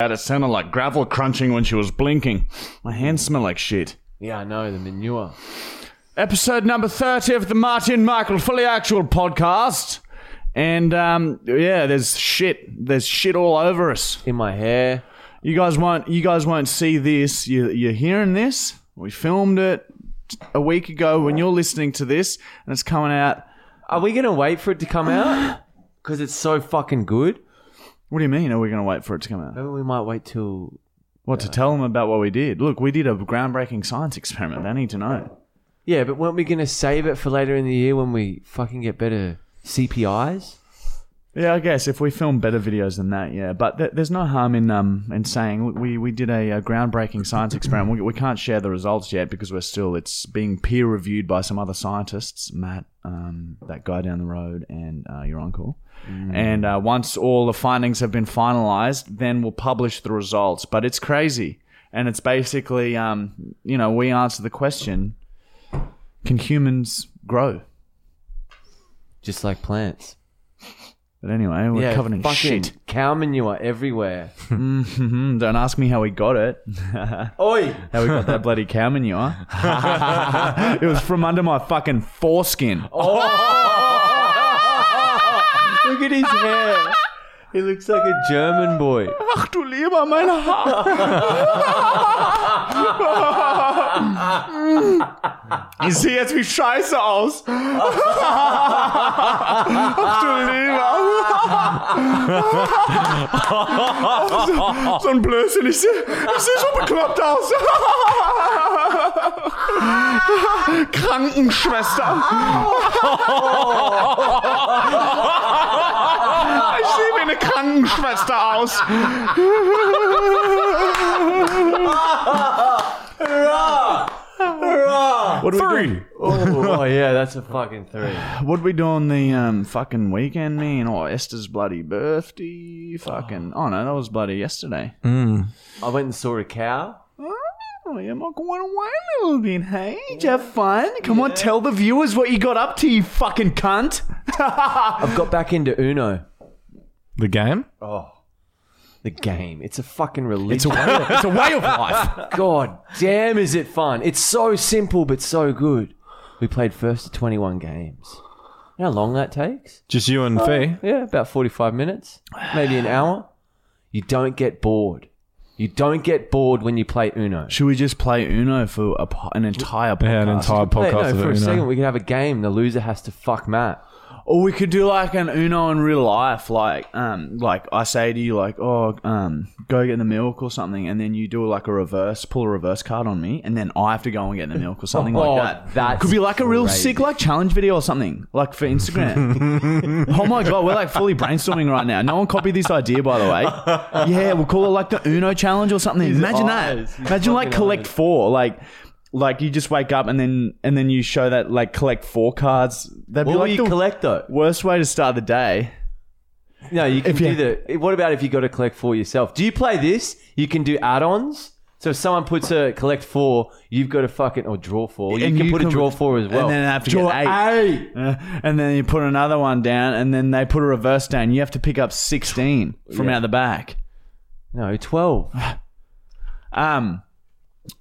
out. It sounded like gravel crunching when she was blinking. My hands smell like shit. Yeah, I know, the manure. Episode number 30 of the Martin Michael Fully Actual podcast. And um, yeah, there's shit. There's shit all over us. In my hair. You guys won't. You guys won't see this. You, you're hearing this. We filmed it a week ago when you're listening to this, and it's coming out. Are we going to wait for it to come out? Because it's so fucking good. What do you mean? Are we going to wait for it to come out? Maybe we might wait till. What to tell them about what we did? Look, we did a groundbreaking science experiment. They need to know. Yeah, but weren't we going to save it for later in the year when we fucking get better CPIs? Yeah, I guess if we film better videos than that, yeah. But th- there's no harm in um in saying "Look, we we did a, uh groundbreaking science experiment. We, we can't share the results yet because we're still it's being peer reviewed by some other scientists, Matt, um, that guy down the road, and uh, your uncle. And uh, once all the findings have been finalized, then we'll publish the results. But it's crazy, and it's basically um you know we answer the question: Can humans grow? Just like plants. But anyway, we're covered in fucking shit. Cow manure everywhere. Mhm, Don't ask me how we got it. Oi! How we got that bloody cow manure. it was from under my fucking foreskin. Look at his hair. He looks like a German boy. Ach du lieber mein Haar. Ich sehe jetzt wie scheiße aus. Ach du lieber. so, so ein Blödsinn. Ich sehe ich seh so bekloppt aus. Krankenschwester. Ich sehe wie eine Krankenschwester aus. What do we do? Oh, oh, yeah, that's a fucking three. What we do on the um, fucking weekend, man? Oh, Esther's bloody birthday. Fucking. Oh, no, that was bloody yesterday. I went and saw a cow. Oh, yeah, Michael went away a little bit, hey? Did you have fun? Come on, tell the viewers what you got up to, you fucking cunt. I've got back into Uno. The game? Oh, the game. It's a fucking religion. it's a way of life. God damn, is it fun? It's so simple, but so good. We played first to 21 games. You know how long that takes? Uh, Just you and Fee? Yeah, about 45 minutes, maybe an hour. You don't get bored. You don't get bored when you play Uno. Should we just play Uno for a, po- an entire podcast? Yeah, an entire Hey, no, podcast for a of it, you second, know. we could have a game. The loser has to fuck Matt. Or we could do like an Uno in real life, like um, like I say to you, like oh, um, go get the milk or something, and then you do like a reverse, pull a reverse card on me, and then I have to go and get the milk or something Oh, like that. that's could be like a real crazy. sick like challenge video or something, like for Instagram. oh my god, we're like fully brainstorming right now. No one copied this idea, by the way. Yeah, we'll call it like the Uno challenge or something. Imagine eyes, that. his Imagine like fucking collect eyes. four, like. Like you just wake up and then and then you show that like collect four cards. That'd be What will like you the- collect though? Worst way to start the day. No, you can If you- do the. What about if you got to collect four yourself? Do you play this? You can do add-ons. So if someone puts a collect four, you've got to fucking or draw four. You And can you put can- a draw four as well. and then have to draw get eight. Uh, and then you put another one down, and then they put a reverse down. You have to pick up 16 from out the back. No, twelve. Um,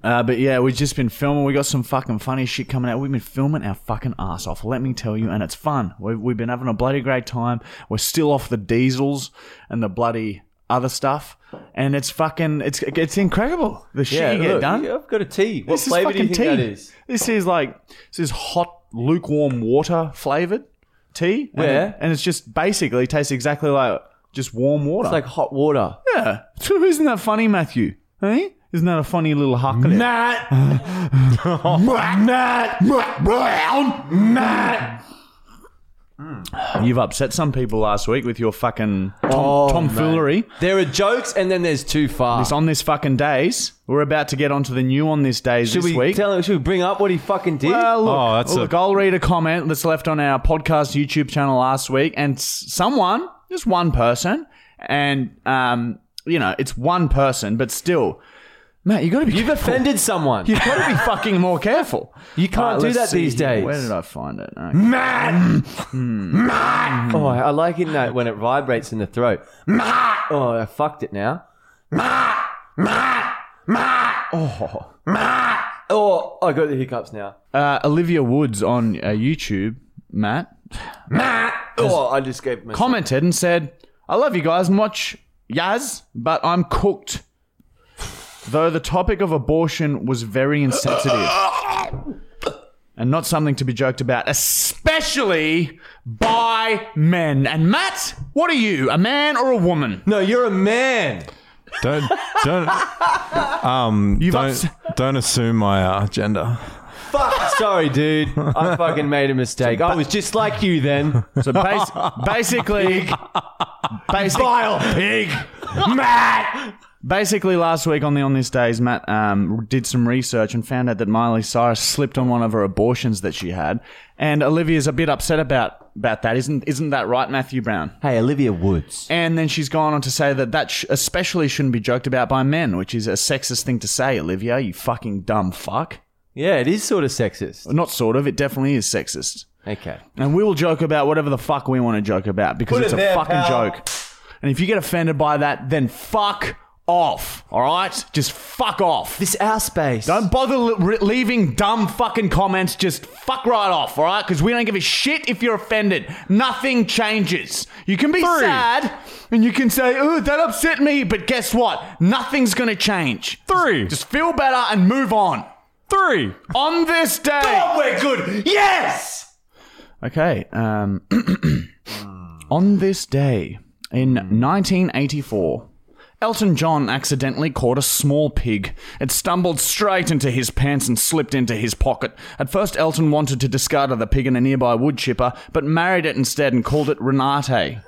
uh, but yeah, we've just been filming. We got some fucking funny shit coming out. We've been filming our fucking ass off, let me tell you, and it's fun. We've, we've been having a bloody great time. We're still off the diesels and the bloody other stuff, and it's fucking, it's it's incredible. The shit you get look, done. I've got a tea. What This is flavor do you fucking think tea. that is? This is like this is hot lukewarm water flavored tea. And Yeah. it- and it's just basically tastes exactly like just warm water. It's like hot water. yeah, isn't that funny, Matthew? Hey, isn't that a funny little huck? Matt! Matt! Matt Brown! Matt! You've upset some people last week with your fucking tom- Oh, tomfoolery. There are jokes, and then there's too far. It's on this fucking days. We're about to get onto the new on this days should this we week. tell him? Should we bring up what he fucking did? Well, Uh, look, Oh, that's a- look I'll read a comment that's left on our podcast YouTube channel last week, and s- someone, just one person, and um, you know, it's one person, but still, Matt, you got to be You've careful. offended someone. You've got to be fucking more careful. You can't Alright, do let's that see these here. days. Where did I find it? Okay. Matt! Oh, I I like it in that when it vibrates in the throat. Oh, I fucked it now. Oh, I got the hiccups now. Uh, Olivia Woods on uh, YouTube, Matt, Oh, I just gave myself. commented and said, I love you guys and watch Yaz, but I'm cooked. Though the topic of abortion was very insensitive and not something to be joked about, especially by men. And Matt, what are you, a man or a woman? no, you're a man. Don't don't um You've don't upset- don't assume my uh, gender. Fuck. Sorry, dude. I fucking made a mistake. I was just like you then. So bas- basically, basically, pig. Matt. Basically, last week on the On This Days, Matt um, did some research and found out that Miley Cyrus slipped on one of her abortions that she had, and Olivia's a bit upset about about that. Isn't isn't that right, Matthew Brown? Hey, Olivia Woods. And then she's gone on to say that that sh- especially shouldn't be joked about by men, which is a sexist thing to say, Olivia. You fucking dumb fuck. Yeah, it is sort of sexist. Not sort of. It definitely is sexist. Okay. And we will joke about whatever the fuck we want to joke about because Put it's it a there, fucking pal. joke. And if you get offended by that, then fuck off. All right, just fuck off. This our space. Don't bother li- re- leaving dumb fucking comments. Just fuck right off, all right? Because we don't give a shit if you're offended. Nothing changes. You can be sad and you can say, oh, that upset me. But guess what? Nothing's going to change. Three. Just feel better and move on. Three. On this day. Oh, we're good. Yes. Okay. Um, on this day in 1984, Elton John accidentally caught a small pig. It stumbled straight into his pants and slipped into his pocket. At first, Elton wanted to discard the pig in a nearby wood chipper, but married it instead and called it Renate.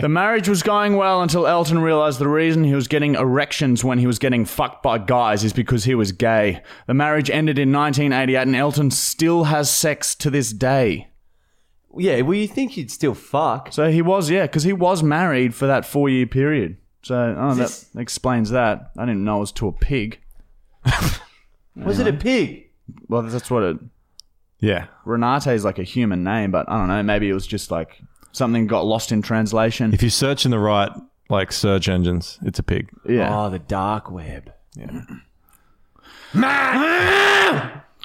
the marriage was going well until Elton realized the reason he was getting erections when he was getting fucked by guys is because he was gay. The marriage ended in 1988, and Elton still has sex to this day. Yeah. Well, you think you'd still fuck? So he was, yeah, because he was married for that four year period. So oh, that This- explains that. I didn't know it was to a pig. Was it a pig? Well, that's what it. Yeah. Renate is like a human name, but I don't know. Maybe it was just like something got lost in translation. If you search in the right like search engines, it's a pig. Yeah. Oh, the dark web.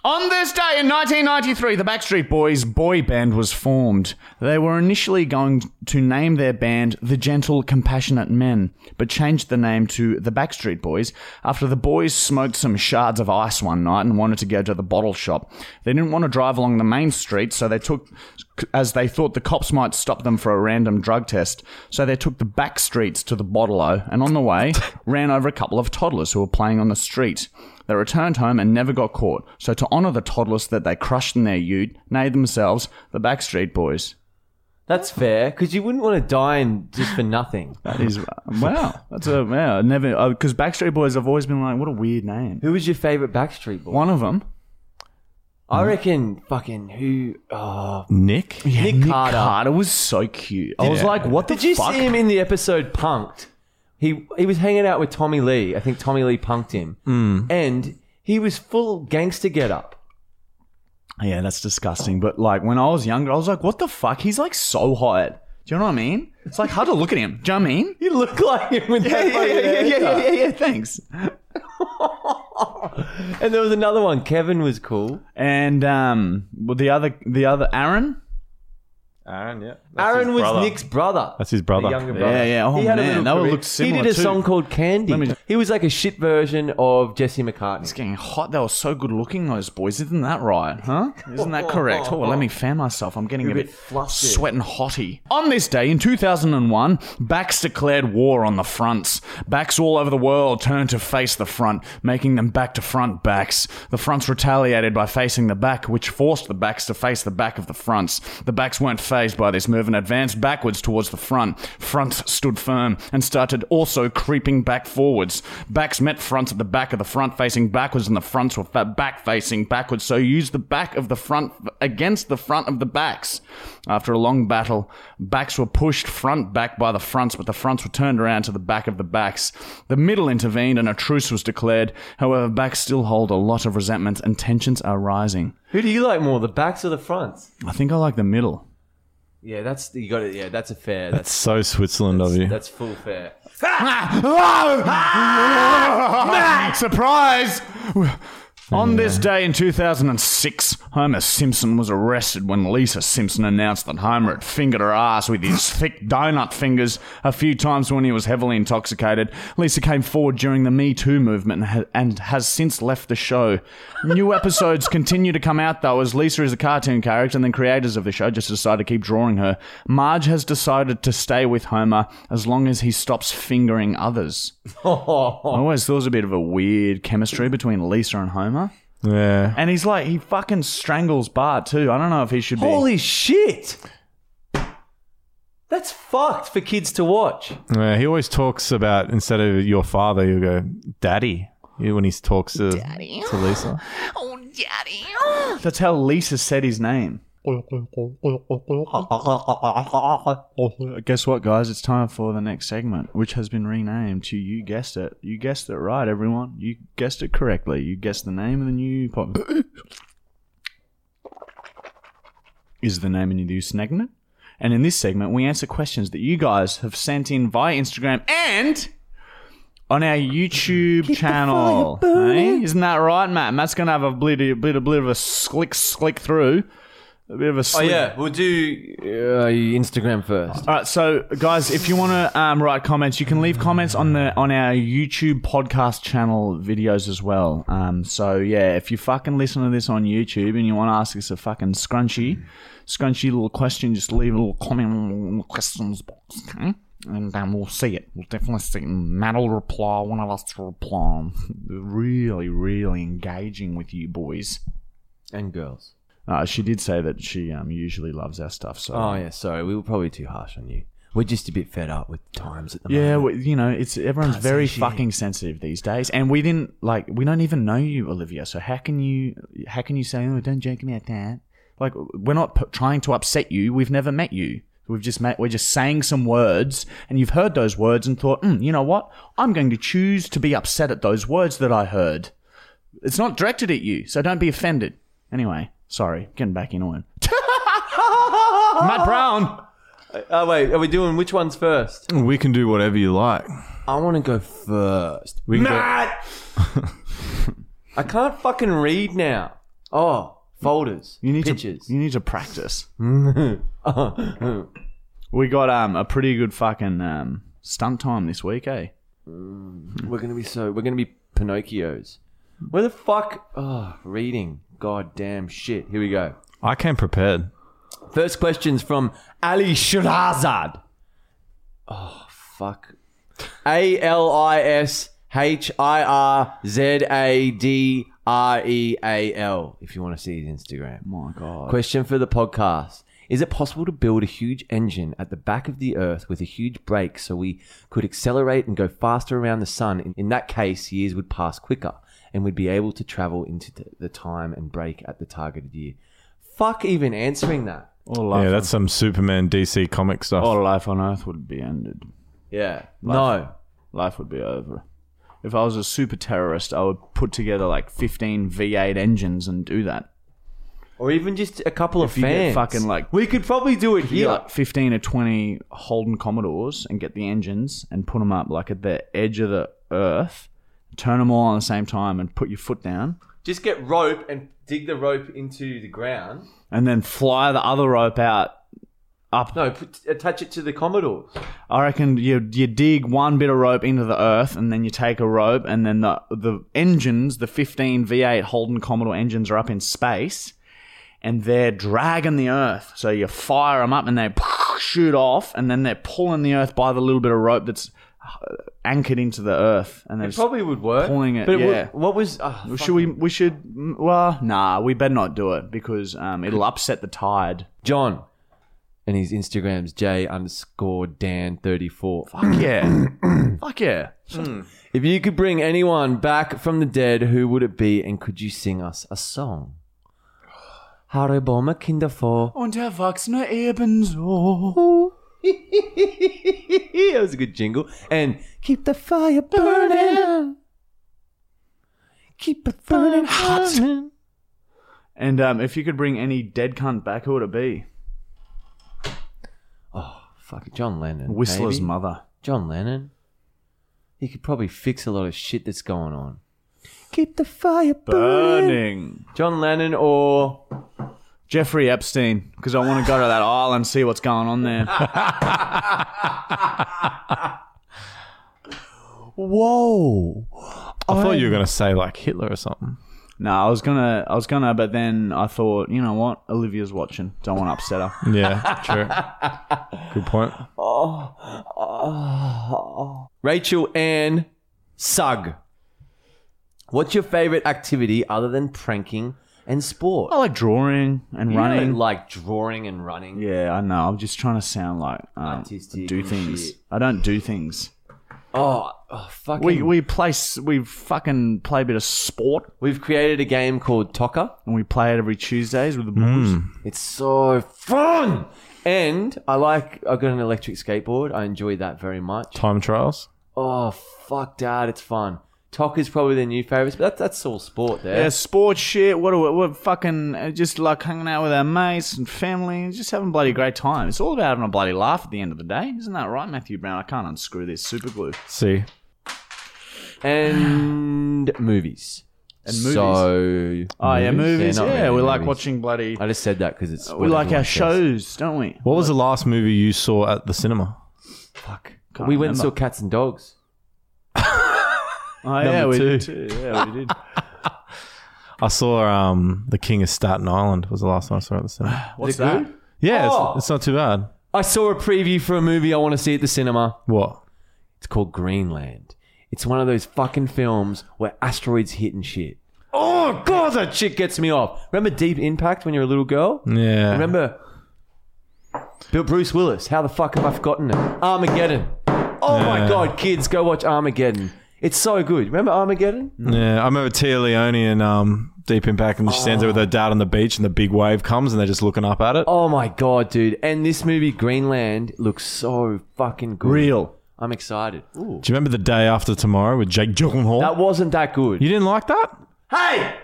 On this day in 1993, the Backstreet Boys boy band was formed. They were initially going to name their band The Gentle Compassionate Men, but changed the name to The Backstreet Boys after the boys smoked some shards of ice one night and wanted to go to the bottle shop. They didn't want to drive along the main street, so they took, as they thought the cops might stop them for a random drug test, so they took the back streets to the bottle-o and on the way ran over a couple of toddlers who were playing on the street. They returned home and never got caught. So to honour the toddlers that they crushed in their ute, named themselves the Backstreet Boys. That's fair, because you wouldn't want to die in just for nothing. That is wow. That's a wow. I Never because Backstreet Boys have always been like what a weird name. Who was your favorite Backstreet Boy? One of them, I reckon fucking who? Oh, Nick? Nick, Carter. Carter was so cute. I was Yeah. like, what the Did you fuck? see him in the episode Punked? He he was hanging out with Tommy Lee. I think Tommy Lee punked him, Hmm. and he was full gangster get up. Yeah, that's disgusting. But like when I was younger, I was like, what the fuck? He's like so hot. Do you know what I mean? It's like hard to look at him. Do you know what I mean? You look like him with that fucking haircut. yeah. Thanks. And there was another one. Kevin was cool. And um, well, the other, the other Aaron. Aaron, yeah. Aaron was Nick's brother. That's his brother. The younger brother. Yeah, yeah. Oh, he had a man, little that would career. look similar He did a too. song called Candy. me- He was like a shit version of Jesse McCartney. It's getting hot. They were so good looking, those boys. Isn't that right? Huh? Isn't that correct? Oh, let me fan myself. I'm getting a You're a bit bit flustered. sweating hotty. On this day in 2001, Bax declared war on the fronts. Backs all over the world turned to face the front, making them back to front backs. The fronts retaliated by facing the back, which forced the backs to face the back of the fronts. The backs weren't phased by this move and advanced backwards towards the front. Fronts stood firm and started also creeping back forwards. Backs met fronts at the back of the front facing backwards, and the fronts were fa- back facing backwards, so used the back of the front against the front of the backs. After a long battle, backs were pushed front back by the fronts, but the fronts were turned around to the back of the backs. The middle intervened and a truce was declared. However, backs still hold a lot of resentment and tensions are rising. Who do you like more, the backs or the fronts? I think I like the middle. Yeah, that's you got it. Yeah, that's a fair. It's That's so Switzerland of you. that's full fair. Surprise! On this day in 2006, Homer Simpson was arrested when Lisa Simpson announced that Homer had fingered her ass with his thick donut fingers a few times when he was heavily intoxicated. Lisa came forward during the Me Too movement and ha- and has since left the show. New episodes continue to come out, though, as Lisa is a cartoon character and the creators of the show just decide to keep drawing her. Marge has decided to stay with Homer as long as he stops fingering others. I always thought it was a bit of a weird chemistry between Lisa and Homer. Yeah. And he's like, he fucking strangles Bart too. I don't know if he should be. Holy shit! That's fucked for kids to watch. Yeah, he always talks about instead of your father, he'll go daddy Yeah, when he talks to, to Lisa. Oh, daddy. That's how Lisa said his name. Guess what, guys? It's time for the next segment, which has been renamed to You Guessed It. You guessed it right, everyone. You guessed it correctly. You guessed the name of the new pod. Is the name of the new segment? And in this segment, we answer questions that you guys have sent in via Instagram and on our YouTube channel. eh? Isn't that right, Matt? Matt's gonna have a bit, a bit, a bit of a slick, slick through. A bit of a Oh slick yeah, we'll do uh, Instagram first. all right, so guys, if you want to um, write comments, you can leave comments on the on our YouTube podcast channel videos as well. Um, so yeah, if you fucking listen to this on YouTube and you want to ask us a fucking scrunchy, scrunchy little question, just leave a little comment in the questions box, okay? And um, we'll see it. We'll definitely see it. And Matt will reply. One of us will reply. really, really engaging with you boys. And girls. Uh, she did say that she um, usually loves our stuff. So Oh yeah, sorry, we were probably too harsh on you. We're just a bit fed up with times at the moment. Yeah, well, you know, it's everyone's say very shit. fucking sensitive these days, and we didn't like we don't even know you, Olivia. So how can you how can you say oh don't joke about that? Like we're not p- trying to upset you. We've never met you. We've just met. We're just saying some words, and you've heard those words and thought, mm, you know what? I'm going to choose to be upset at those words that I heard. It's not directed at you, so don't be offended. Anyway, sorry, getting back into it. Matt Brown. Oh wait, are we doing which ones first? We can do whatever you like. I want to go first. We can go- Matt. I can't fucking read now. Oh, folders. You need pictures. to you need to practice. we got um a pretty good fucking um stunt time this week, eh? We're gonna be so. We're gonna be Pinocchios. Where the fuck? Oh, reading. God damn shit. Here we go. I came prepared. First question's from Ali Shirazad. Oh fuck. A L I S H I R Z A D R E A L. If you want to see his Instagram. Oh My God. Question for the podcast. Is it possible to build a huge engine at the back of the Earth with a huge brake so we could accelerate and go faster around the sun? In, in that case, years would pass quicker and we'd be able to travel into the, the time and break at the targeted year. Fuck even answering that. All Yeah, life, that's some Superman DC comic stuff. Oh, all life on Earth would be ended. Yeah. No. Life would be over. If I was a super terrorist, I would put together like fifteen V8 engines and do that. Or even just a couple If of you get fans. fucking, like- we could probably do it Get here. like fifteen or twenty Holden Commodores and get the engines and put them up like at the edge of the Earth. Turn them all on the same time and put your foot down. Just get rope and dig the rope into the ground. and then fly the other rope out. No, put, attach it to the Commodores. I reckon you you dig one bit of rope into the earth, and then you take a rope, and then the the engines, the 15 V8 Holden Commodore engines, are up in space, and they're dragging the earth. So you fire them up, and they shoot off, and then they're pulling the earth by the little bit of rope that's uh, anchored into the earth, and they're It probably would work. pulling it, But would- yeah. what was. ah, fuck. should we? We should. mm, Well, nah, we better not do it because um, it'll upset the tide. John. And his Instagram's J underscore Dan thirty four. Fuck yeah! Fuck yeah! If you could bring anyone back from the dead, who would it be? And could you sing us a song? Hariboma Kinderfor. Und Erwachsene ebenso. that was a good jingle. And keep the fire burning. Keep it burning hot. And um, if you could bring any dead cunt back, who would it be? fuck it, John Lennon. Whistler's maybe? mother. John Lennon. He could probably fix a lot of shit that's going on. Keep the fire burning. Burning. John Lennon or Jeffrey Epstein, because I want to go to that island and see what's going on there. whoa. I thought you were going to say like Hitler or something. No, I was gonna, I was gonna, but then I thought, you know what? Olivia's watching. Don't want to upset her. Yeah, true. Good point. Rachel Ann Sugg. What's your favorite activity other than pranking and sport? I like drawing and You running. don't like drawing and running. yeah, I know. I'm just trying to sound like um, Artistic do and things. shit. I don't do things. Oh, oh fucking. We We, we play s- we fucking play a bit of sport have created a game called Tocker. and we play it every Tuesdays with the boys. It's so fun. And I like, I've got an electric skateboard. I enjoy that very much. Time trials. Oh, fuck, Dad, it's fun. Tocker's probably their new favourites, but that's, that's all sport there. Yeah, sports shit. What are we, we're fucking uh, just like hanging out with our mates and family and just having a bloody great time. It's all about having a bloody laugh at the end of the day, isn't that right, Matthew Brown? I can't unscrew this super glue. See, And movies. And So, Oh yeah, movies. Yeah, Yeah, not really we like movies. watching bloody. I just said that because it's. We what like everyone our says. shows, don't we? what was the last movie you saw at the cinema? Fuck. Can't we went and saw remember. Cats and Dogs. Oh yeah, we two. did. Too. Yeah, we did. I saw um, The King of Staten Island was the last time I saw it at the cinema. What's it that? good? Yeah, Oh. it's, it's not too bad. I saw a preview for a movie I want to see at the cinema. What? It's called Greenland. It's one of those fucking films where asteroids hit and shit. Oh god, that shit gets me off. Remember Deep Impact when you were a little girl? Yeah. Remember Bill Bruce Willis? How the fuck have I forgotten it? Armageddon. Oh my Yeah. god, kids, go watch Armageddon. It's so good. Remember Armageddon? Yeah, I remember Tia Leone and um, Deep Impact, and she stands there with her dad on the beach, and the big wave comes, and they're just looking up at it. Oh my god, dude! And this movie Greenland looks so fucking good. Real. I'm excited. Ooh. Do you remember the day after tomorrow with Jake Gyllenhaal? That wasn't that good. you didn't like that? Hey!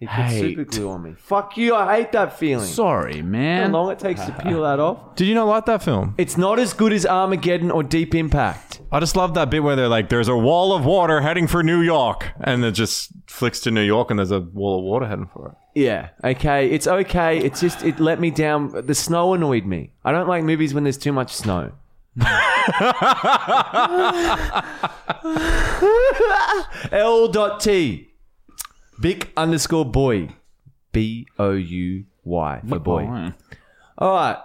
He put Hate. super glue on me. Fuck you, I hate that feeling. Sorry, how man. long it takes to peel that off. Did you not like that film? It's not as good as Armageddon or Deep Impact. I just love that bit where they're like, "There's a wall of water heading for New York," and it just flicks to New York, and there's a wall of water heading for it. Yeah, okay, it's okay. It's just, it let me down. The snow annoyed me. I don't like movies when there's too much snow. L.T. Bic underscore boy. B O U Y for boy. Oh, All right.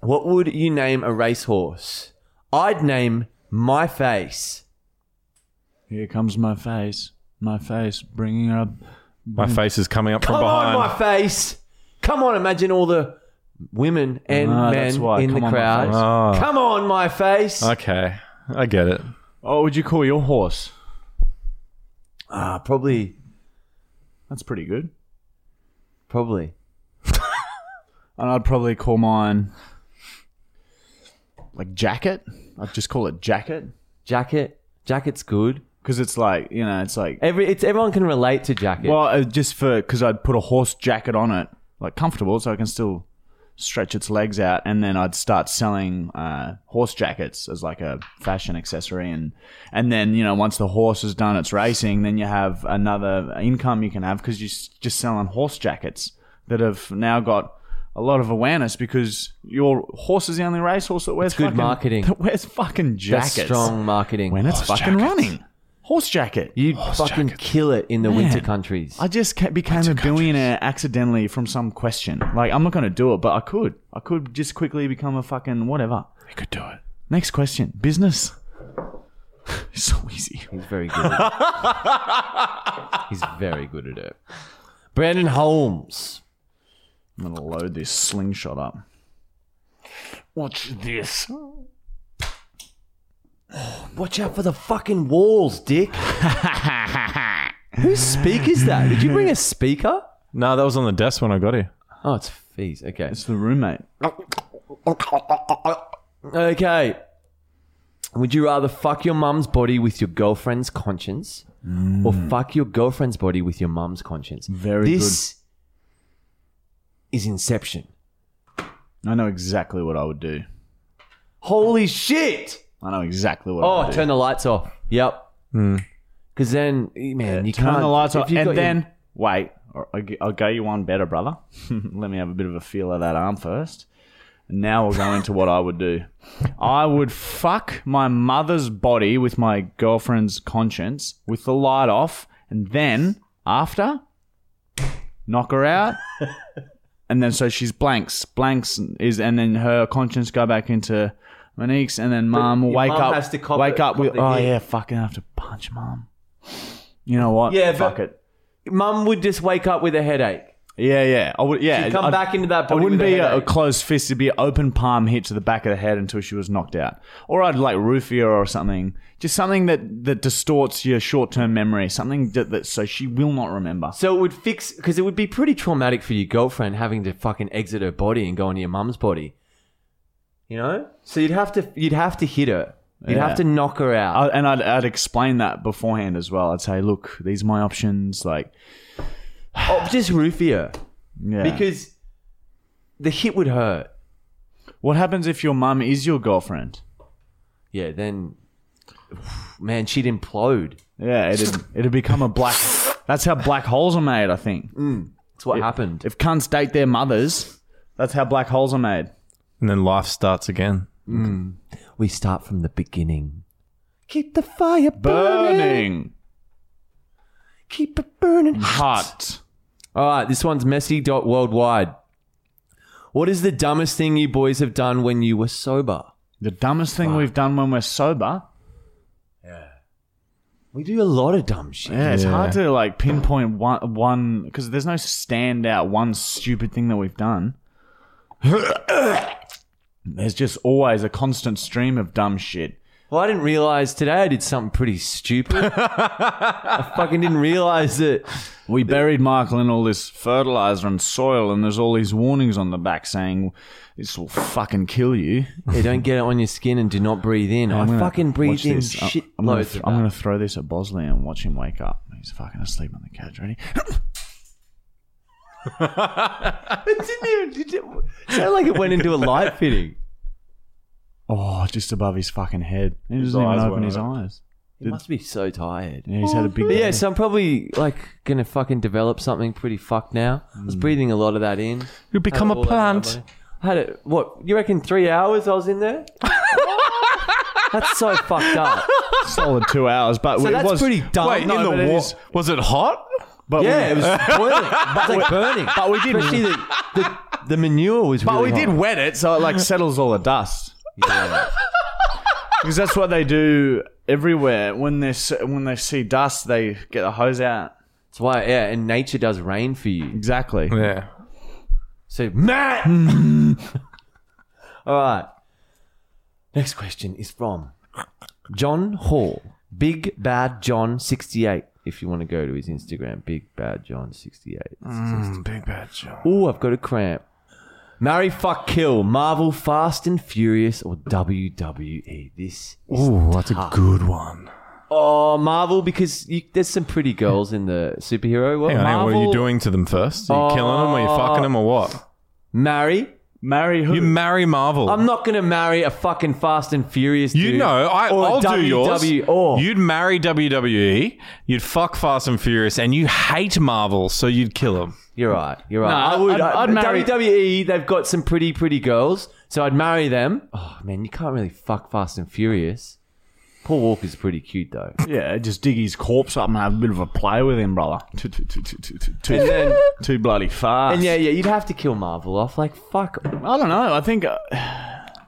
What would you name a racehorse? I'd name my face. Here comes my face. My face bringing up. My face is coming up from Come behind. on, my face. Come on, imagine all the women and Ah, that's men why. in Come the on, my crowd. face. Ah. Come on, my face. okay, I get it. Oh, would you call your horse? Ah, probably, That's pretty good. probably. And I'd probably call mine like jacket. I'd just call it jacket Jacket. Jacket's good. because it's like you know, it's like Every it's everyone can relate to jacket. well, uh, just for because I'd put a horse jacket on it, like comfortable, so I can still stretch its legs out, and then I'd start selling uh, horse jackets as like a fashion accessory, and and then you know once the horse is done its racing, then you have another income you can have because you're s- just selling horse jackets that have now got. A lot of awareness because your horse is the only racehorse that wears good fucking, marketing. That wears fucking That's jackets strong marketing. when it's Horse fucking jackets. running. Horse jacket. you fucking kill it in the winter Man. countries. I just ca- became a billionaire accidentally from some question. Like, I'm not going to do it, but I could. I could just quickly become a fucking whatever. You could do it. Next question business. so easy. He's very good at it. He's very good at it. Brandon Holmes. I'm going to load this slingshot up. Watch this. Watch out for the fucking walls, dick. Whose speaker's that? Did you bring a speaker? No, that was on the desk when I got here. Oh, it's fees. Okay. It's the roommate. Okay. Would you rather fuck your mum's body with your girlfriend's conscience or Mm. fuck your girlfriend's body with your mum's conscience? Very this is Inception. I know exactly what I would do. Holy shit! I know exactly what I Oh, would do. turn the lights off. Yep. Because then, man, you Hmm. Turn can't the lights if off, you've and got your- then wait. I'll- I'll g- I'll go you one better, brother. Let me have a bit of a feel of that arm first. Now we'll go into what I would do. I would fuck my mother's body with my girlfriend's conscience with the light off, and then after, knock her out, and then so she's blanks, blanks is, and then her conscience go back into Monique's, and then mum will your wake mum up, has to cop wake it- up cop with, the oh hit." yeah, fucking have to punch mum. You know what? Yeah, fuck but- it. mum would just wake up with a headache. Yeah, yeah. I would. Yeah, She'd come I'd- back into that body It wouldn't with a be a, headache. closed fist. It'd be an open palm hit to the back of the head until she was knocked out. Or I'd like roofie her or something. Just something that that distorts your short term memory. Something that, that so she will not remember. So it would fix because it would be pretty traumatic for your girlfriend having to fucking exit her body and go into your mum's body. You know, so you'd have to you'd have to hit her. You'd Yeah. have to knock her out. I, and I'd, I'd explain that beforehand as well. I'd say, look, these are my options. Like, Oh, just roofie her yeah. because the hit would hurt. what happens if your mum is your girlfriend? Yeah, then man, she'd implode. Yeah, it'd it'd become a black. That's how black holes are made. I think That's what happened. if cunts date their mothers, that's how black holes are made. And then life starts again. we start from the beginning. Keep the fire burning. Burning Keep it burning. hot. All right, this one's messy dot worldwide. What is the dumbest thing you boys have done when you were sober? The dumbest thing we've done when we're sober. We do a lot of dumb shit. Yeah, it's Yeah. hard to like pinpoint one one because there's no standout one stupid thing that we've done. there's just always a constant stream of dumb shit. Well, I didn't realize today I did something pretty stupid. I fucking didn't realize it. We buried Michael in all this fertilizer and soil, and there's all these warnings on the back saying this will fucking kill you. Yeah, don't get it on your skin and do not breathe in. I I'm gonna fucking watch breathe in this. I'm- shit I'm gonna, loads th- of I'm that. gonna throw this at Bosley and watch him wake up. He's fucking asleep on the couch. Ready? It didn't even. It didn't- sounded like it went into a light fitting. Oh, just above his fucking head. He doesn't even eyes open went his up. eyes. He must be so tired. Yeah, he's had a big. But day. yeah, so I'm probably like gonna fucking develop something pretty fucked now. I Hmm. was breathing a lot of that in. You become a all over my plant. body. I had it. What you reckon? Three hours I was in there. that's so fucked up. solid two hours, but So it that's was pretty dumb. Wait, No, in but it the wa- is- was it hot? But Yeah, we, it was boiling. It was like burning. But we did. Especially the, the, the manure was. but really we did hot. wet it, so it like settles all the dust. because that's what they do everywhere when they s- when they see dust, they get a hose out. That's why. Yeah, and nature does rain for you. Exactly. Yeah. So Matt. All right. Next question is from John Hall, Big Bad John sixty eight. If you want to go to his Instagram, Big Bad John sixty eight. big bad job. Ooh, I've got a cramp. Marry, fuck, kill, Marvel, Fast and Furious, or WWE. This. Ooh, that's a good one. Oh, Marvel, because you, there's some pretty girls in the superhero world. Hang on, hang on, what are you Marvel, Uh, doing to them first? Are you killing them or are you fucking them or what? Marry. Marry who? You marry Marvel. I'm not going to marry a fucking Fast and Furious dude. you know, I, or a E. I'll do yours. WWE, Or, You'd marry WWE, you'd fuck Fast and Furious, and you hate Marvel, so you'd kill them. you're right. You're right. Nah, I would. I'd- I- I'd marry- WWE, E, they've got some pretty, pretty girls, so I'd marry them. Oh, man, you can't really fuck Fast and Furious. Paul Walker's pretty cute, though. yeah, just dig his corpse up and have a bit of a play with him, brother. Too, too, too, too, too, too, too, And then. too bloody fast. And yeah, yeah, you'd have to kill Marvel off. Like, fuck. I don't know. I think. Uh,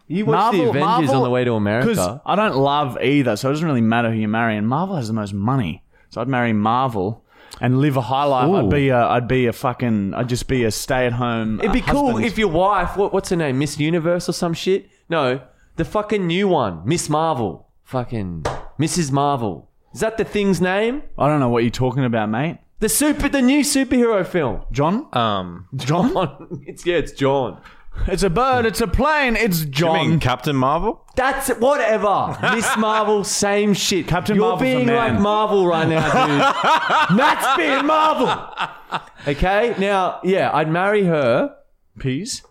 You watch Marvel- the Avengers Marvel- on the way to Because America. I don't love either, so it doesn't really matter who you marry. And Marvel has the most money, so I'd marry Marvel and live a high life. I'd be a, I'd be a fucking, I'd just be a stay at home. It'd be cool if your wife, what, what's her name, Miss Universe or some shit? No, the fucking new one, Miss Marvel. Fucking Mrs. Marvel. Is that the thing's name? I don't know what you're talking about, mate. The super, the new superhero film. John, Um, John, On, it's yeah, it's John. it's a bird, it's a plane, it's you mean John. Captain Marvel? That's it, whatever. Miss Marvel, same shit. Captain You're Marvel's a being man. like Marvel right now, dude. Matt's being Marvel. Okay, now yeah, I'd marry her. Peas.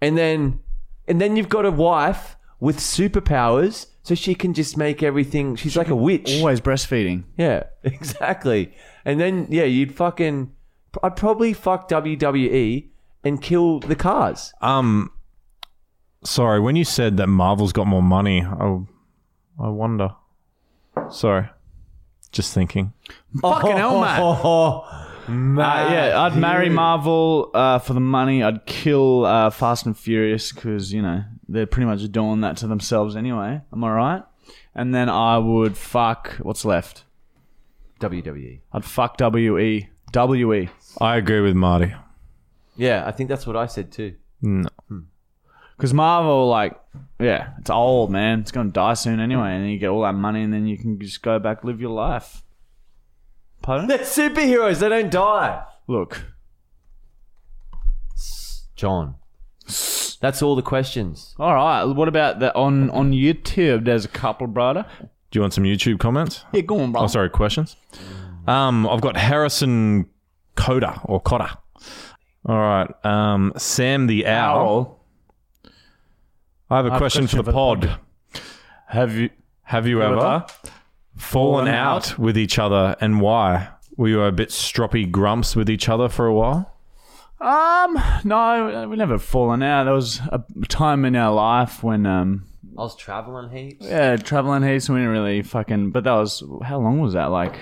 and then and then you've got a wife with superpowers, so she can just make everything. She's like a witch. Always breastfeeding. Yeah, exactly. And then yeah, you'd fucking. I'd probably fuck WWE and kill the cars. Um, sorry, when you said that Marvel's got more money, I, I wonder. Sorry, just thinking. Fucking hell, mate. Uh, yeah, I'd marry Marvel uh, for the money. I'd kill uh, Fast and Furious because you know they're pretty much doing that to themselves anyway. Am I right? And then I would fuck what's left. WWE. I'd fuck E, WE WE. I agree with Marty. Yeah, I think that's what I said too. No. Because Marvel, like, yeah, it's old, man. It's going to die soon anyway. And then you get all that money and then you can just go back, live your life. Pardon? They're superheroes. They don't die. Look, John. That's all the questions. all right. What about that on on YouTube? There's a couple, brother. Do you want some YouTube comments? Yeah, go on, Oh, brother. sorry, questions. Um, I've got Harrison Coda or Cotta. All right. Um, Sam the Owl. I have a question, for the pod. Have you have you ever, fallen, fallen out, with each other and why? Were you a bit stroppy grumps with each other for a while? Um, no, we never fallen out. There was a time in our life when um, I was traveling heaps. yeah, traveling here, so we didn't really fucking. But that was how long was that? Like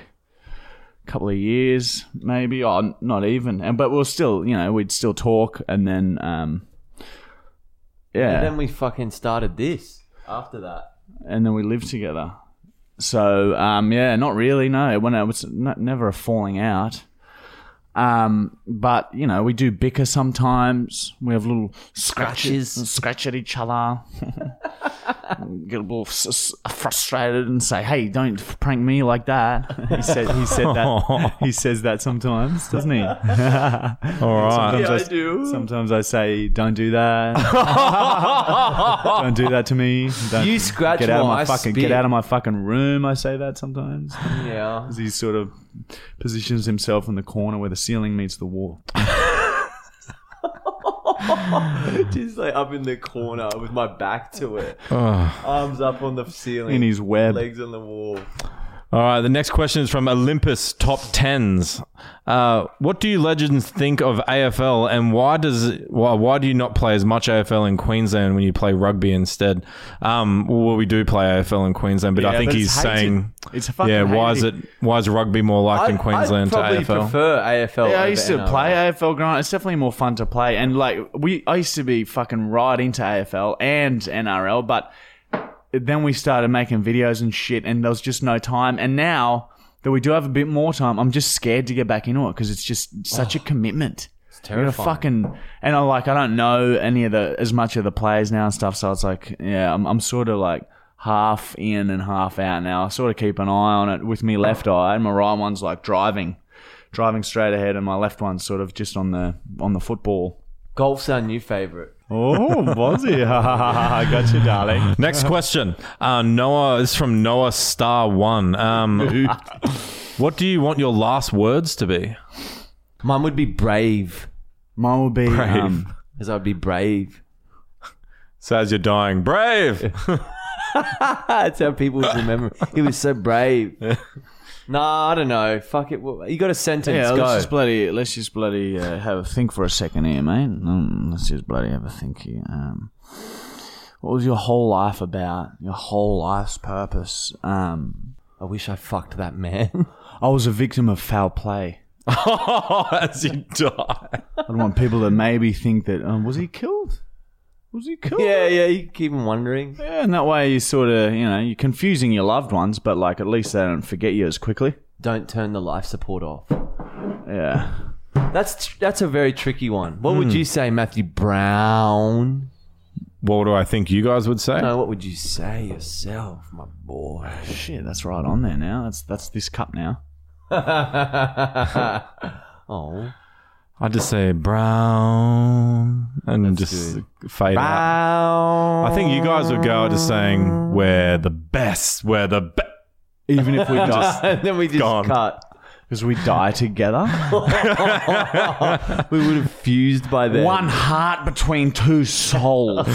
a couple of years, maybe, or not even. And but we will still, you know, we'd still talk, and then um, yeah, And then we fucking started this after that. and then we lived together. So um, yeah, not really. No, when I was n- never a falling out. Um, but you know, we do bicker sometimes. We have little scratches, Scratches. scratch at each other. Get a little s- s- frustrated and say, "Hey, don't prank me like that." he said. He said that. he says that sometimes, doesn't he? All right. Sometimes Yeah, I do. Sometimes I say, "Don't do that. don't do that to me." Don't You scratch Get out of while my I fucking. spit. Get out of my fucking room. I say that sometimes. Yeah. He sort of positions himself in the corner where the ceiling meets the wall. Just like up in the corner with my back to it, Ugh. arms up on the ceiling, In his web. legs on the wall. All right. The next question is from Olympus Top Tens. Uh, what do you legends think of AFL, and why does why, why do you not play as much AFL in Queensland when you play rugby instead? Um, well, we do play AFL in Queensland, but I Yeah, think but he's it's hated. saying, It's fucking. yeah, why is it hated. why is rugby more liked in I'd- Queensland I'd probably to AFL? prefer AFL. Yeah, I over used to NRL. play AFL growing up. It's definitely more fun to play. And like we I used to be fucking right into AFL and NRL, but then we started making videos and shit and there was just no time. And now that we do have a bit more time, I'm just scared to get back into it because it's just such a commitment. It's terrifying. fucking and I like I don't know any of the as much of the players now and stuff, so it's like yeah, I'm I'm sort of like half in and half out now. I sort of keep an eye on it with me left eye and my right one's like driving driving straight ahead, and my left one's sort of just on the on the football. Golf's our new favorite. Oh, Bozzy, I got you, darling. Next question. Uh, Noah this is from Noah Star One. Um, what do you want your last words to be? Mine would be brave, Mine would be um, as I'd be brave. So as you're dying, brave. That's how people would remember. he was so brave. nah, I don't know. Fuck it. Well, You got a sentence. yeah. go. Let's just bloody let's just bloody uh, have a think for a second here, mate. Mm, let's just bloody have a think here. Um, what was your whole life about? Your whole life's purpose? Um, I wish I fucked that man. I was a victim of foul play. Oh, as you die. I don't want people to maybe think that um, was he killed? Was he killed? yeah, yeah. You keep him wondering. Yeah, and that way you sort of, you know, you're confusing your loved ones, but like at least they don't forget you as quickly. Don't turn the life support off. Yeah. That's tr- that's a very tricky one. What Hmm. would you say, Matthew Brown? What do I think you guys would say? No, what would you say yourself, my boy? Shit, that's right on there now. That's that's this cup now. oh, I'd just say brown and just fade out. Brown. I think you guys would go out just saying we're the best. We're the best. Even if we die, and then we just Gone. cut. Because we die together. We would have fused by then. One heart between two souls.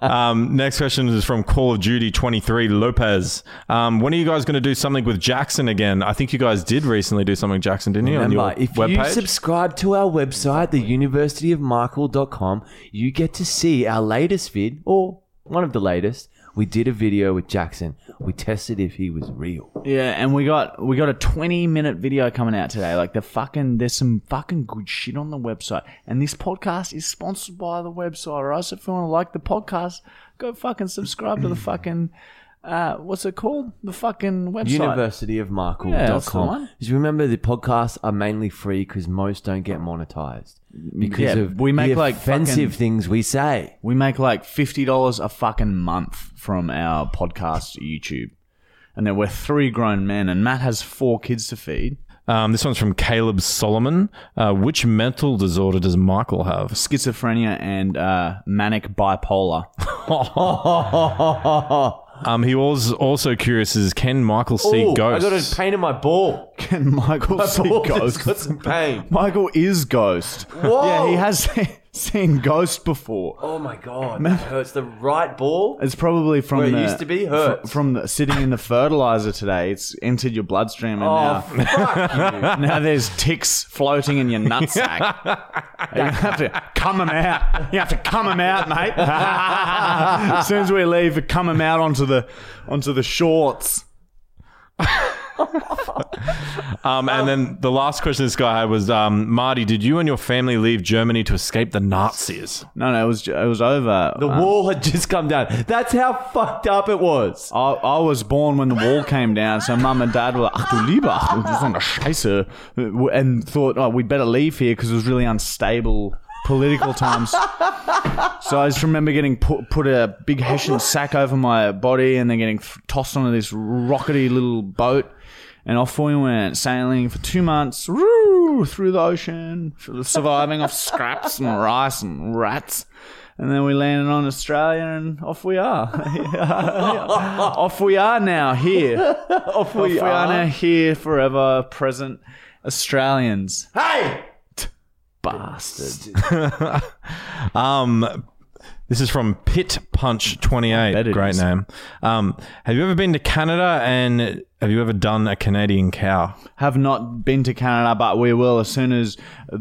Um, next question is from Call of Duty 23 Lopez. Um, when are you guys going to do something with Jackson again? I think you guys did recently do something, with Jackson, didn't you? Remember, on your if you webpage? subscribe to our website, theuniversityofmichael.com, you get to see our latest vid, or one of the latest. We did a video with Jackson. We tested if he was real. yeah, and we got we got a twenty minute video coming out today. Like the fucking there's some fucking good shit on the website. And this podcast is sponsored by the website, right? So if you want to like the podcast, go fucking subscribe to the fucking uh, what's it called? The fucking website. Universityofmichael.com. Yeah, that's the one. Because remember, the podcasts are mainly free because most don't get monetized because Yeah, of we make, the like, fucking- offensive things we say. We make like fifty dollars a fucking month from our podcast YouTube, and then we're three grown men, and Matt has four kids to feed. um, this one's from Caleb Solomon. Uh, which mental disorder does Michael have? Schizophrenia and uh, manic bipolar. Um, he was also curious is can Michael see Ooh, ghosts? I got a pain in my ball. Can Michael see Ball that's ghosts? got some pain. Michael is ghost. Whoa. Yeah, he has seen ghosts before. Oh my god, that hurts. The right ball. It's probably from Where it the, used to be, fr- hurts. from the, sitting in the fertilizer today. It's entered your bloodstream, and Oh, now fuck you. Now there's ticks floating in your nutsack. you have to cum them out. You have to cum them out, mate. as soon as we leave, we cum them out onto the onto the shorts. Um, and then the last question this guy had was um, Marty, did you and your family leave Germany to escape the Nazis? No, no, it was it was over. The wall had just come down. That's how fucked up it was. I, I was born when the wall came down, so mum and dad were like, ach du lieber, ach du so eine Scheiße, and thought, oh, we'd better leave here because it was really unstable political times. so I just remember getting put, put a big Hessian sack over my body and then getting f- tossed onto this rockety little boat. And off we went, sailing for two months woo, through the ocean, surviving off scraps and rice and rats. And then we landed on Australia and off we are. off we are now here. off we, are. now here forever present Australians. Hey! Bastards. Um, this is from Pit Punch bet 28. it Great is. name. Um, have you ever been to Canada and have you ever done a Canadian cow? Have not been to Canada, but we will as soon as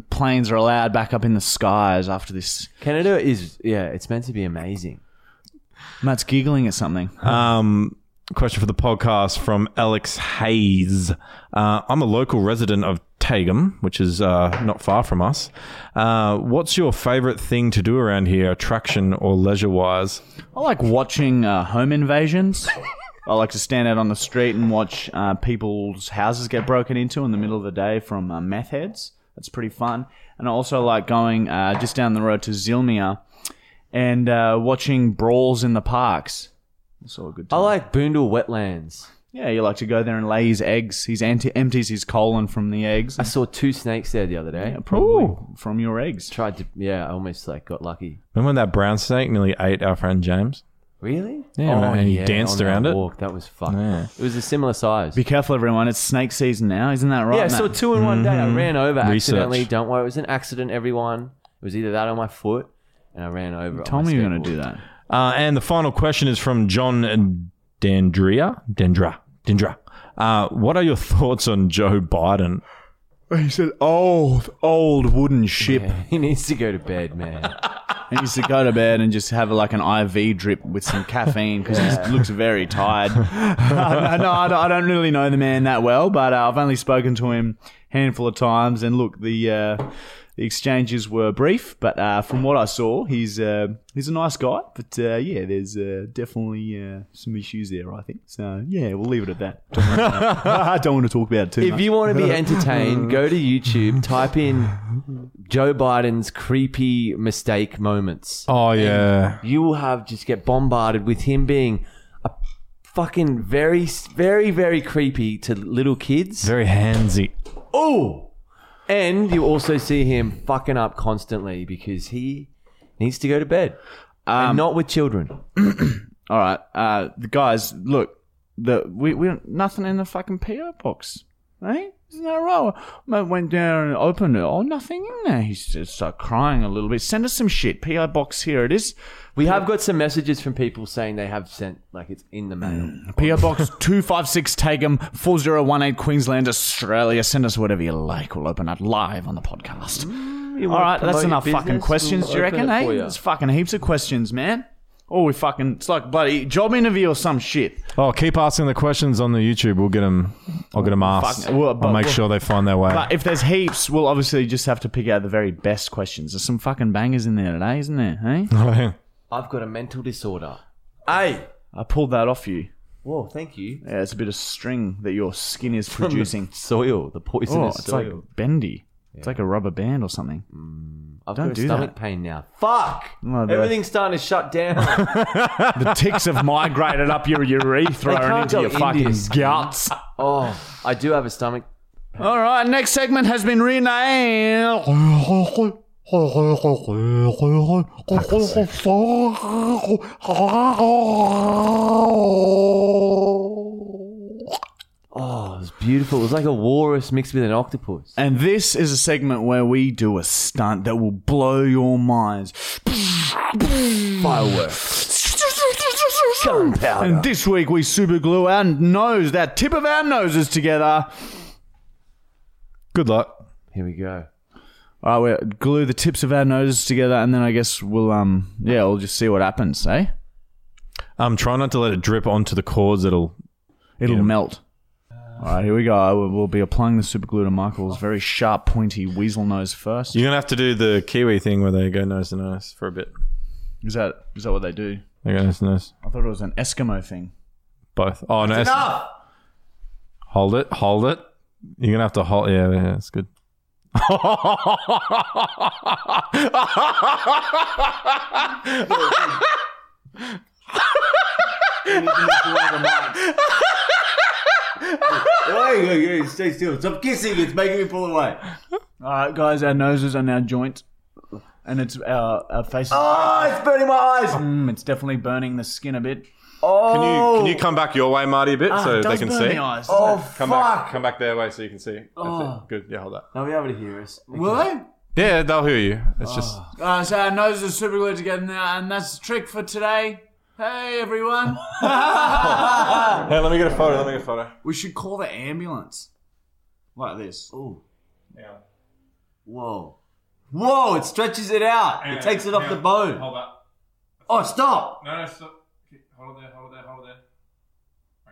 planes are allowed back up in the skies after this. Canada is, yeah, it's meant to be amazing. Matt's giggling at something. Um, question for the podcast from Alex Hayes. Uh, I'm a local resident of Tagum, which is uh, not far from us. Uh, what's your favorite thing to do around here, attraction or leisure wise? I like watching uh, home invasions. I like to stand out on the street and watch uh, people's houses get broken into in the middle of the day from uh, meth heads. That's pretty fun. And I also like going uh, just down the road to Zilmia and uh, watching brawls in the parks. That's all a good I time. like Boondall Wetlands. yeah, you like to go there and lay his eggs. He's anti- empties his colon from the eggs. I saw two snakes there the other day. Yeah, probably from your eggs. Tried to, yeah, I almost like got lucky. Remember when that brown snake nearly ate our friend James? Really? Yeah, man, and he Oh, danced on that around it. Walk. That was fucked. Yeah. It was a similar size. Be careful, everyone. It's snake season now, isn't that right? yeah, I saw Matt? two in one day. I ran over Research. accidentally. Don't worry, it was an accident, everyone. It was either that or my foot, and I ran over. it on Tell my me you're going skateboard. to do that. Uh, and the final question is from John Dendria. Dendra. Dendra. Uh, what are your thoughts on Joe Biden? He said, "Old, old wooden ship." Yeah, he needs to go to bed, man. He used to go to bed and just have like an IV drip with some caffeine because he looks very tired. Uh, no, I don't, I don't really know the man that well, but uh, I've only spoken to him a handful of times. And look, the uh, the exchanges were brief, but uh, from what I saw, he's uh, he's a nice guy. But uh, yeah, there's uh, definitely uh, some issues there, I think. So yeah, we'll leave it at that. Don't wanna- I don't want to talk about it too If much. you want to be entertained, go to YouTube, type in Joe Biden's creepy mistake moments. Oh, yeah. You will have just get bombarded with him being a fucking very, very, very creepy to little kids. Very handsy. Oh, and you also see him fucking up constantly because he needs to go to bed, and not with children. All right, uh, the guys, look, the we we don't- nothing in the fucking PO box, eh? in a row. I went down and opened it. Oh, nothing in there. He just started crying a little bit. Send us some shit. PO box here it is. We have got some messages from people saying they have sent, like it's in the mail. PO box two five six Tagum four zero one eight Queensland Australia. Send us whatever you like. We'll open it live on the podcast. Mm, You All wanna right, promote that's your enough business? fucking questions. We'll do you open reckon? it Eh? for you. There's fucking heaps of questions, man. Oh, we fucking it's like bloody job interview or some shit. Oh, keep asking the questions on the YouTube. We'll get them. I'll get them asked. Fuck. Well, but- I'll make well- sure they find their way. But if there's heaps, we'll obviously just have to pick out the very best questions. There's some fucking bangers in there today, isn't there? Hey, I've got a mental disorder. Hey. I pulled that off you. Whoa, thank you. Yeah, it's a bit of string that your skin is producing. Soil, the poisonous Oh, it's like soil. bendy. It's like a rubber band or something. I've don't got do stomach that. pain now. Fuck! No, the- Everything's starting to shut down. The ticks have migrated up your urethra They can't and into go your into fucking your skin. guts. oh, I do have a stomach. All right, next segment has been renamed. Oh, it was beautiful. It was like a walrus mixed with an octopus. And this is a segment where we do a stunt that will blow your minds. Fireworks. Gunpowder. And this week we super glue our nose, that tip of our noses together. Good luck. Here we go. All right, we glue the tips of our noses together, and then I guess we'll um yeah we'll just see what happens, eh? Um, try not to let it drip onto the cords. It'll. It'll melt. All right, here we go. I will- We'll be applying the super glue to Michael's very sharp, pointy weasel nose first. You're gonna have to do the Kiwi thing where they go nose to nose for a bit. Is that is that what they do? They go nose to nose. I thought it was an Eskimo thing. Both. Oh no. it's- Enough! Hold it. Hold it. You're gonna have to hold. Yeah, yeah, that's good. Stay still. Stop kissing. It's making me pull away. All right, guys, our noses are now joint, and it's our, our faces. Oh, it's burning my eyes. Mm, it's definitely burning the skin a bit. Oh, Can you can you come back your way, Marty, a bit Ah, so it they does can burn see? the eyes. Oh, Come back, fuck. come back their way so you can see. That's Oh. it. Good. Yeah, hold that. They'll be able to hear us. Will they? Yeah, they'll hear you. It's just Oh. Uh, so our noses are super glued together now, and that's the trick for today. Hey, everyone. Hey, let me get a photo, let me get a photo. we should call the ambulance. Like this. Ooh. Yeah. Whoa. Whoa, it stretches it out. It takes it off the bone. that. Oh, stop. No, no, stop. Hold it there, hold it there, hold it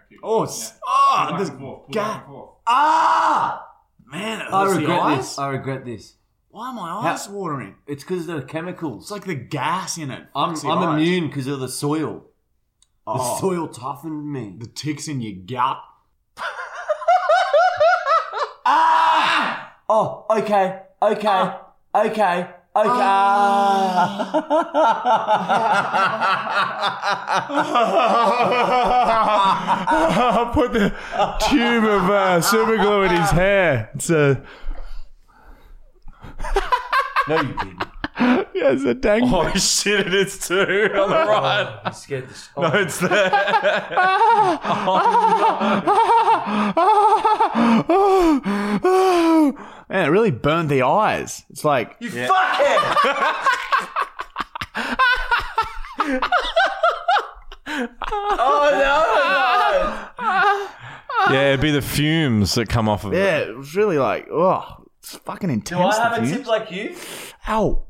there. Oh, s- oh, this God. Ah! Man, it I hurts the regret eyes. this. I regret this. Why are my eyes watering? It's because of the chemicals. It's like the gas in it. I'm, fucks your I'm eyes. immune because of the soil. The Oh. soil toughened me. The ticks in your gut. Ah! Oh, okay, okay, Ah. okay, okay. Ah. Put the tube of uh, super glue in his hair. It's a no, you didn't. Yeah, it's a dang. oh shit! It is too on the right. You scared the. Oh, It's there. Man, it really burned the eyes. It's like Oh, you fuck it! oh Yeah, it'd be the fumes that come off of it. yeah, it was really like oh, it's fucking no! intense. the I have a fumes. tip like you. Ow!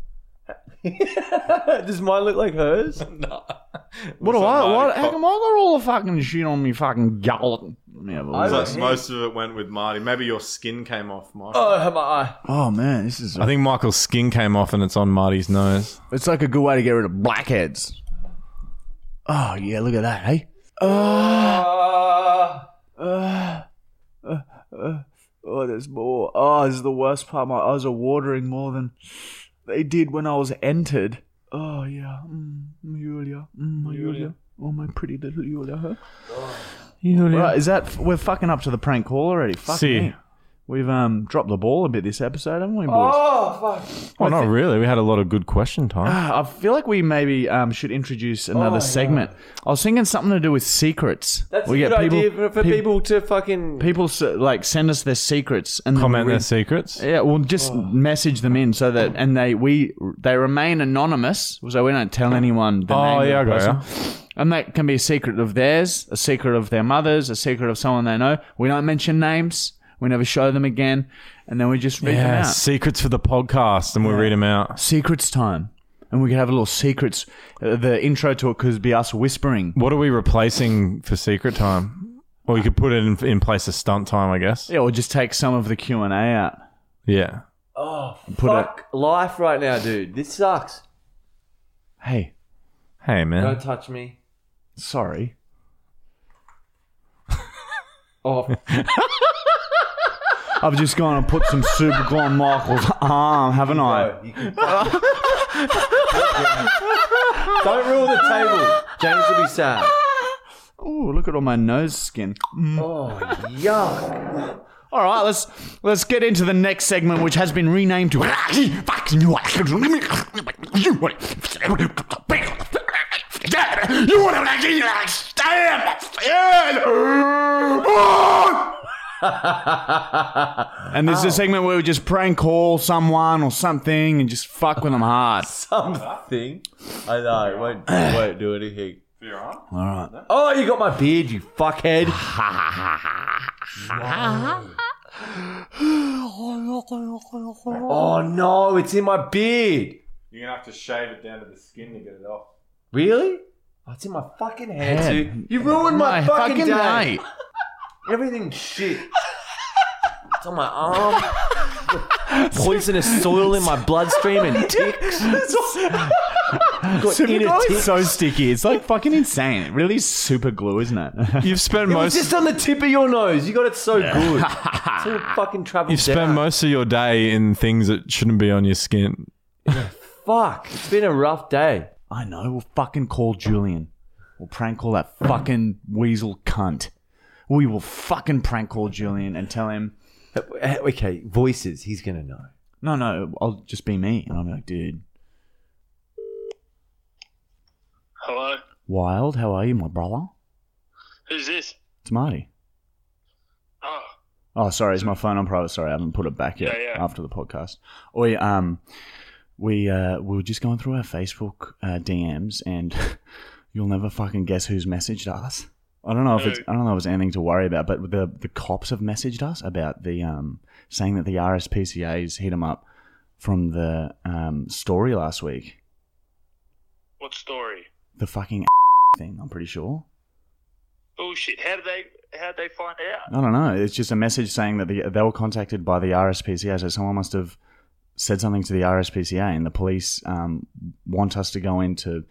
Does mine look like hers? What do I? Somebody What? How cop- come I got all the fucking shit on me fucking gullet? Let me have a I- look. Plus, most of it went with Marty. Maybe your skin came off, Marty. Oh, have my eye. Oh man, this is. I think Michael's skin came off and it's on Marty's nose. It's like a good way to get rid of blackheads. Oh yeah, look at that, hey. Ah. Oh, there's more. Oh, this is the worst part. My eyes are watering more than they did when I was entered. Oh, yeah. Mm, Julia. Mm, my Julia. Oh, my pretty little Julia. Huh? Julia. Right, is that. We're fucking up to the prank call already. Fuck See. me. We've um, dropped the ball a bit this episode, haven't we, boys? Well, not really. We had a lot of good question time. Ah, I feel like we maybe um, should introduce another segment. I was thinking something to do with secrets. Oh, That's We a get good people- idea for, for peop- people to fucking. People s- like send us their secrets and then Comment we- their secrets. Yeah, well, Oh. just message them in so that and they we they remain anonymous, so we don't tell anyone. The Oh, name yeah, I of the got person. ya. And that can be a secret of theirs, a secret of their mothers, a secret of someone they know. We don't mention names. We never show them again, and then we just read them Yeah, out. secrets for the podcast, and we'll read them out. Secrets time, and we could have a little secrets. Uh, the intro to it could be us whispering. What are we replacing for secret time? Or you could put it in, in place of stunt time, I guess. Yeah, or just take some of the Q and A out. Yeah. Oh, Put fuck life right now, dude. This sucks. Hey, Hey, man. Don't touch me. sorry. Oh, I've just gone and put some super glue on Michael's arm, haven't I? no, you can. Don't rule the table. James will be sad. Ooh, look at all my nose skin. Oh, yuck. All right, let's let's get into the next segment, which has been renamed to. And this is a segment where we just prank call someone or something and just fuck with them hard. Something. I know. It won't, it won't do anything. All right. Oh, you got my beard, you fuckhead. oh no, it's in my beard. You're going to have to shave it down to the skin to get it off. Really? Oh, it's in my fucking hair, Head. too. You ruined my, My fucking, fucking day. night. Everything's shit. it's on my arm. Poisonous soil in my bloodstream and ticks. Got inner ticks. so sticky. It's like fucking insane. It really is super glue, isn't it? You've spent It was most. just on the tip of your nose. You got it so good. so it fucking traveled You've spent down. most of your day in things that shouldn't be on your skin. Fuck. It's been a rough day. I know. We'll fucking call Julian. We'll prank call that fucking weasel cunt. We will fucking prank call Julian and tell him, Uh, Okay, voices. He's going to know. no, no, I'll just be me. And I'm like, dude, Hello, Wild, how are you, my brother? who's this? It's Marty. Oh, Oh, sorry, is my phone on private? Sorry, I haven't put it back yet Yeah, yeah. after the podcast. We um, we uh, we were just going through our Facebook uh, DMs, and you'll never fucking guess who's messaged us. I don't know if it's I don't know if it's anything to worry about, but the the cops have messaged us about the um saying that the RSPCA's hit them up from the um story last week. what story? The fucking thing, I'm pretty sure. Bullshit. Oh, How did they? How would they find out? I don't know. It's just a message saying that the, they were contacted by the RSPCA, so someone must have said something to the RSPCA, and the police um, want us to go into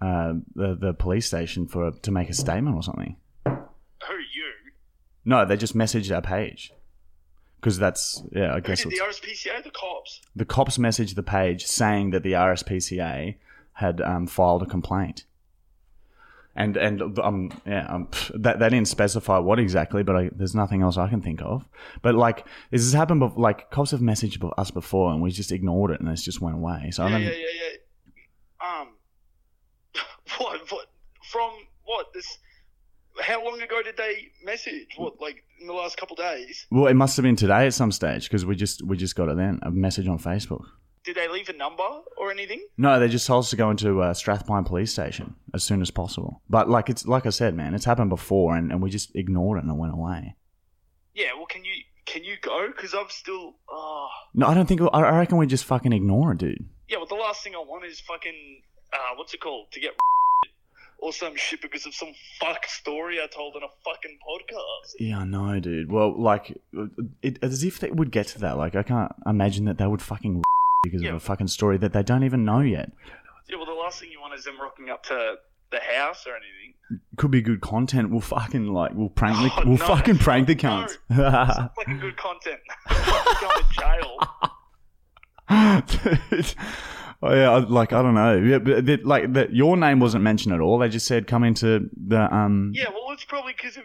uh, the, the police station for to make a statement or something. Who you? No, they just messaged our page because that's yeah. I Who guess did it's, the RSPCA? The cops. the cops messaged the page saying that the RSPCA had um, filed a complaint. And and um yeah um, pff, that they didn't specify what exactly, but I, there's nothing else I can think of. But like this has happened, bef- like cops have messaged be- us before, and we just ignored it, and it's just went away. So I yeah, don't. yeah, yeah, yeah. Um, what? What? From what? This? How long ago did they message? What? Like in the last couple days? Well, it must have been today at some stage because we just we just got it then a message on Facebook. Did they leave a number or anything? No, they just told us to go into uh, Strathpine Police Station as soon as possible. But like it's like I said, man, it's happened before, and, and we just ignored it and it went away. Yeah. Well, can you can you go? Because I'm still. Oh. No, I don't think. I I reckon we just fucking ignore it, dude. Yeah. Well, the last thing I want is fucking. Uh, what's it called? To get. Or some shit because of some fuck story I told on a fucking podcast. Yeah, I know, dude. Well, like, it, as if they would get to that. Like, I can't imagine that they would fucking because Yeah. of a fucking story that they don't even know yet. Yeah, well, the last thing you want is them rocking up to the house or anything. Could be good content. We'll fucking like, we'll prank the, Oh, we'll no. fucking prank the cunts. Sounds like a good content. Go to jail. Dude. Oh, yeah, I- like I don't know. Yeah, but that- like that, your name wasn't mentioned at all. They just said come into the um. Yeah, well, it's probably because you,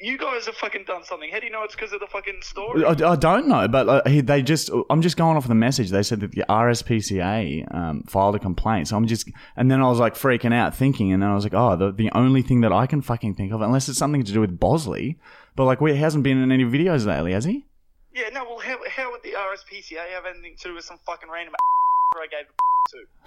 you guys have fucking done something. How do you know it's because of the fucking story? I, I don't know, but like, he- they just. I'm just going off the message. They said that the RSPCA um, filed a complaint. So I'm just, and then I was like freaking out, thinking, and then I was like, oh, the, the only thing that I can fucking think of, unless it's something to do with Bosley, but like, we, he hasn't been in any videos lately, has he? Yeah, no, well, how, how would the RSPCA have anything to do with some fucking random I gave a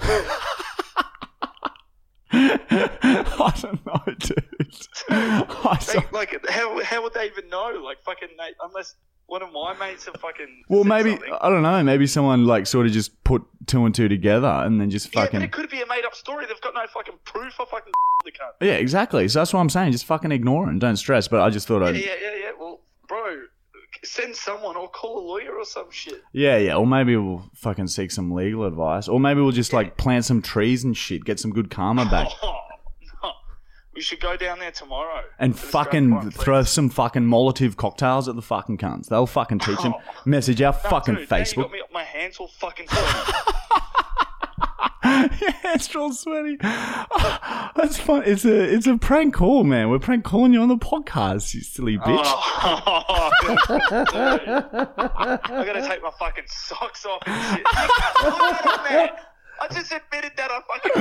to? I don't know, dude. I They, don't- like, how, how would they even know? Like, fucking, they, unless one of my mates have fucking. well, said maybe something. I don't know. Maybe someone like sort of just put two and two together and then just Yeah, but fucking. it could be a made up story. They've got no fucking proof for fucking the cunt. Yeah, exactly. So that's what I'm saying. Just fucking ignore it and don't stress. But I just thought I'd. Yeah, yeah, yeah, yeah. Well, bro, send someone or call a lawyer or some shit. Yeah, yeah. Or maybe we'll fucking seek some legal advice. Or maybe we'll just like plant some trees and shit, get some good karma back, Oh, no. We should go down there tomorrow. and To the fucking Strathmore, please. throw some fucking Molotov cocktails at the fucking cunts. They'll fucking teach them. Message our No, fucking Oh, dude, now you Facebook. got me- my hands all fucking sweaty. yeah, it's real sweaty. That's fun. It's a it's a prank call, man. We're prank calling you on the podcast, you silly bitch. Oh, dude. I gotta take my fucking socks off and shit. I just admitted that I fucking.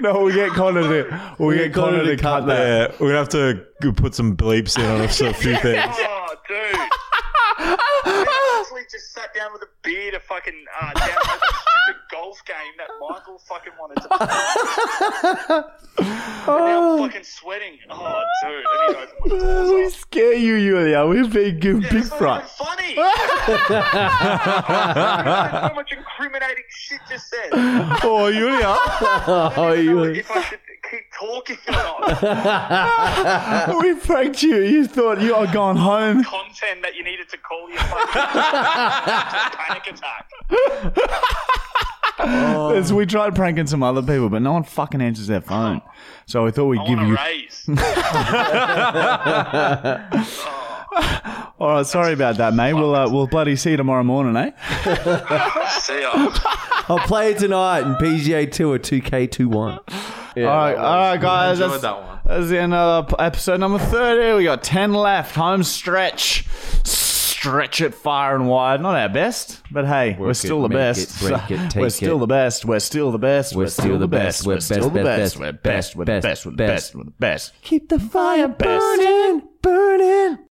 No, we get Connor to we get Connor to cut that. Yeah, we're gonna have to g- put some bleeps in on a s- a few things. Oh, dude. I actually just sat down with a beer to fucking uh, download that stupid golf game that Michael fucking wanted to play. and now I'm fucking sweating. Oh, dude. I need to open my Uh, we doors up. scare you, Yulia. We're being good, Yeah, big it's not front. even funny. How much incriminating shit just said. Oh, Yulia. Oh, I don't know you. if I should keep talking or not. we pranked you. You thought you are gone home. Content that you needed to call your fucking panic attack. So we tried pranking some other people, but no one fucking answers their phone. So we thought we'd I give want you. a raise. All right, sorry about that, mate. We'll uh, we'll bloody see you tomorrow morning, eh? See ya. I'll play it tonight in PGA Tour 2K21. all right, all right, guys. That's, enjoyed that one. that's the end of p- episode number thirty. We got ten left. Home stretch. Stretch it far and wide. Not our best, but hey, we're it, still the make best. it, break it, we're take still it. the best. We're still the best. We're still the best. We're We're best, still the best, best. best, We're best. We're the best, best. We're the best. best. We're the best. Keep the fire Best. burning, burning.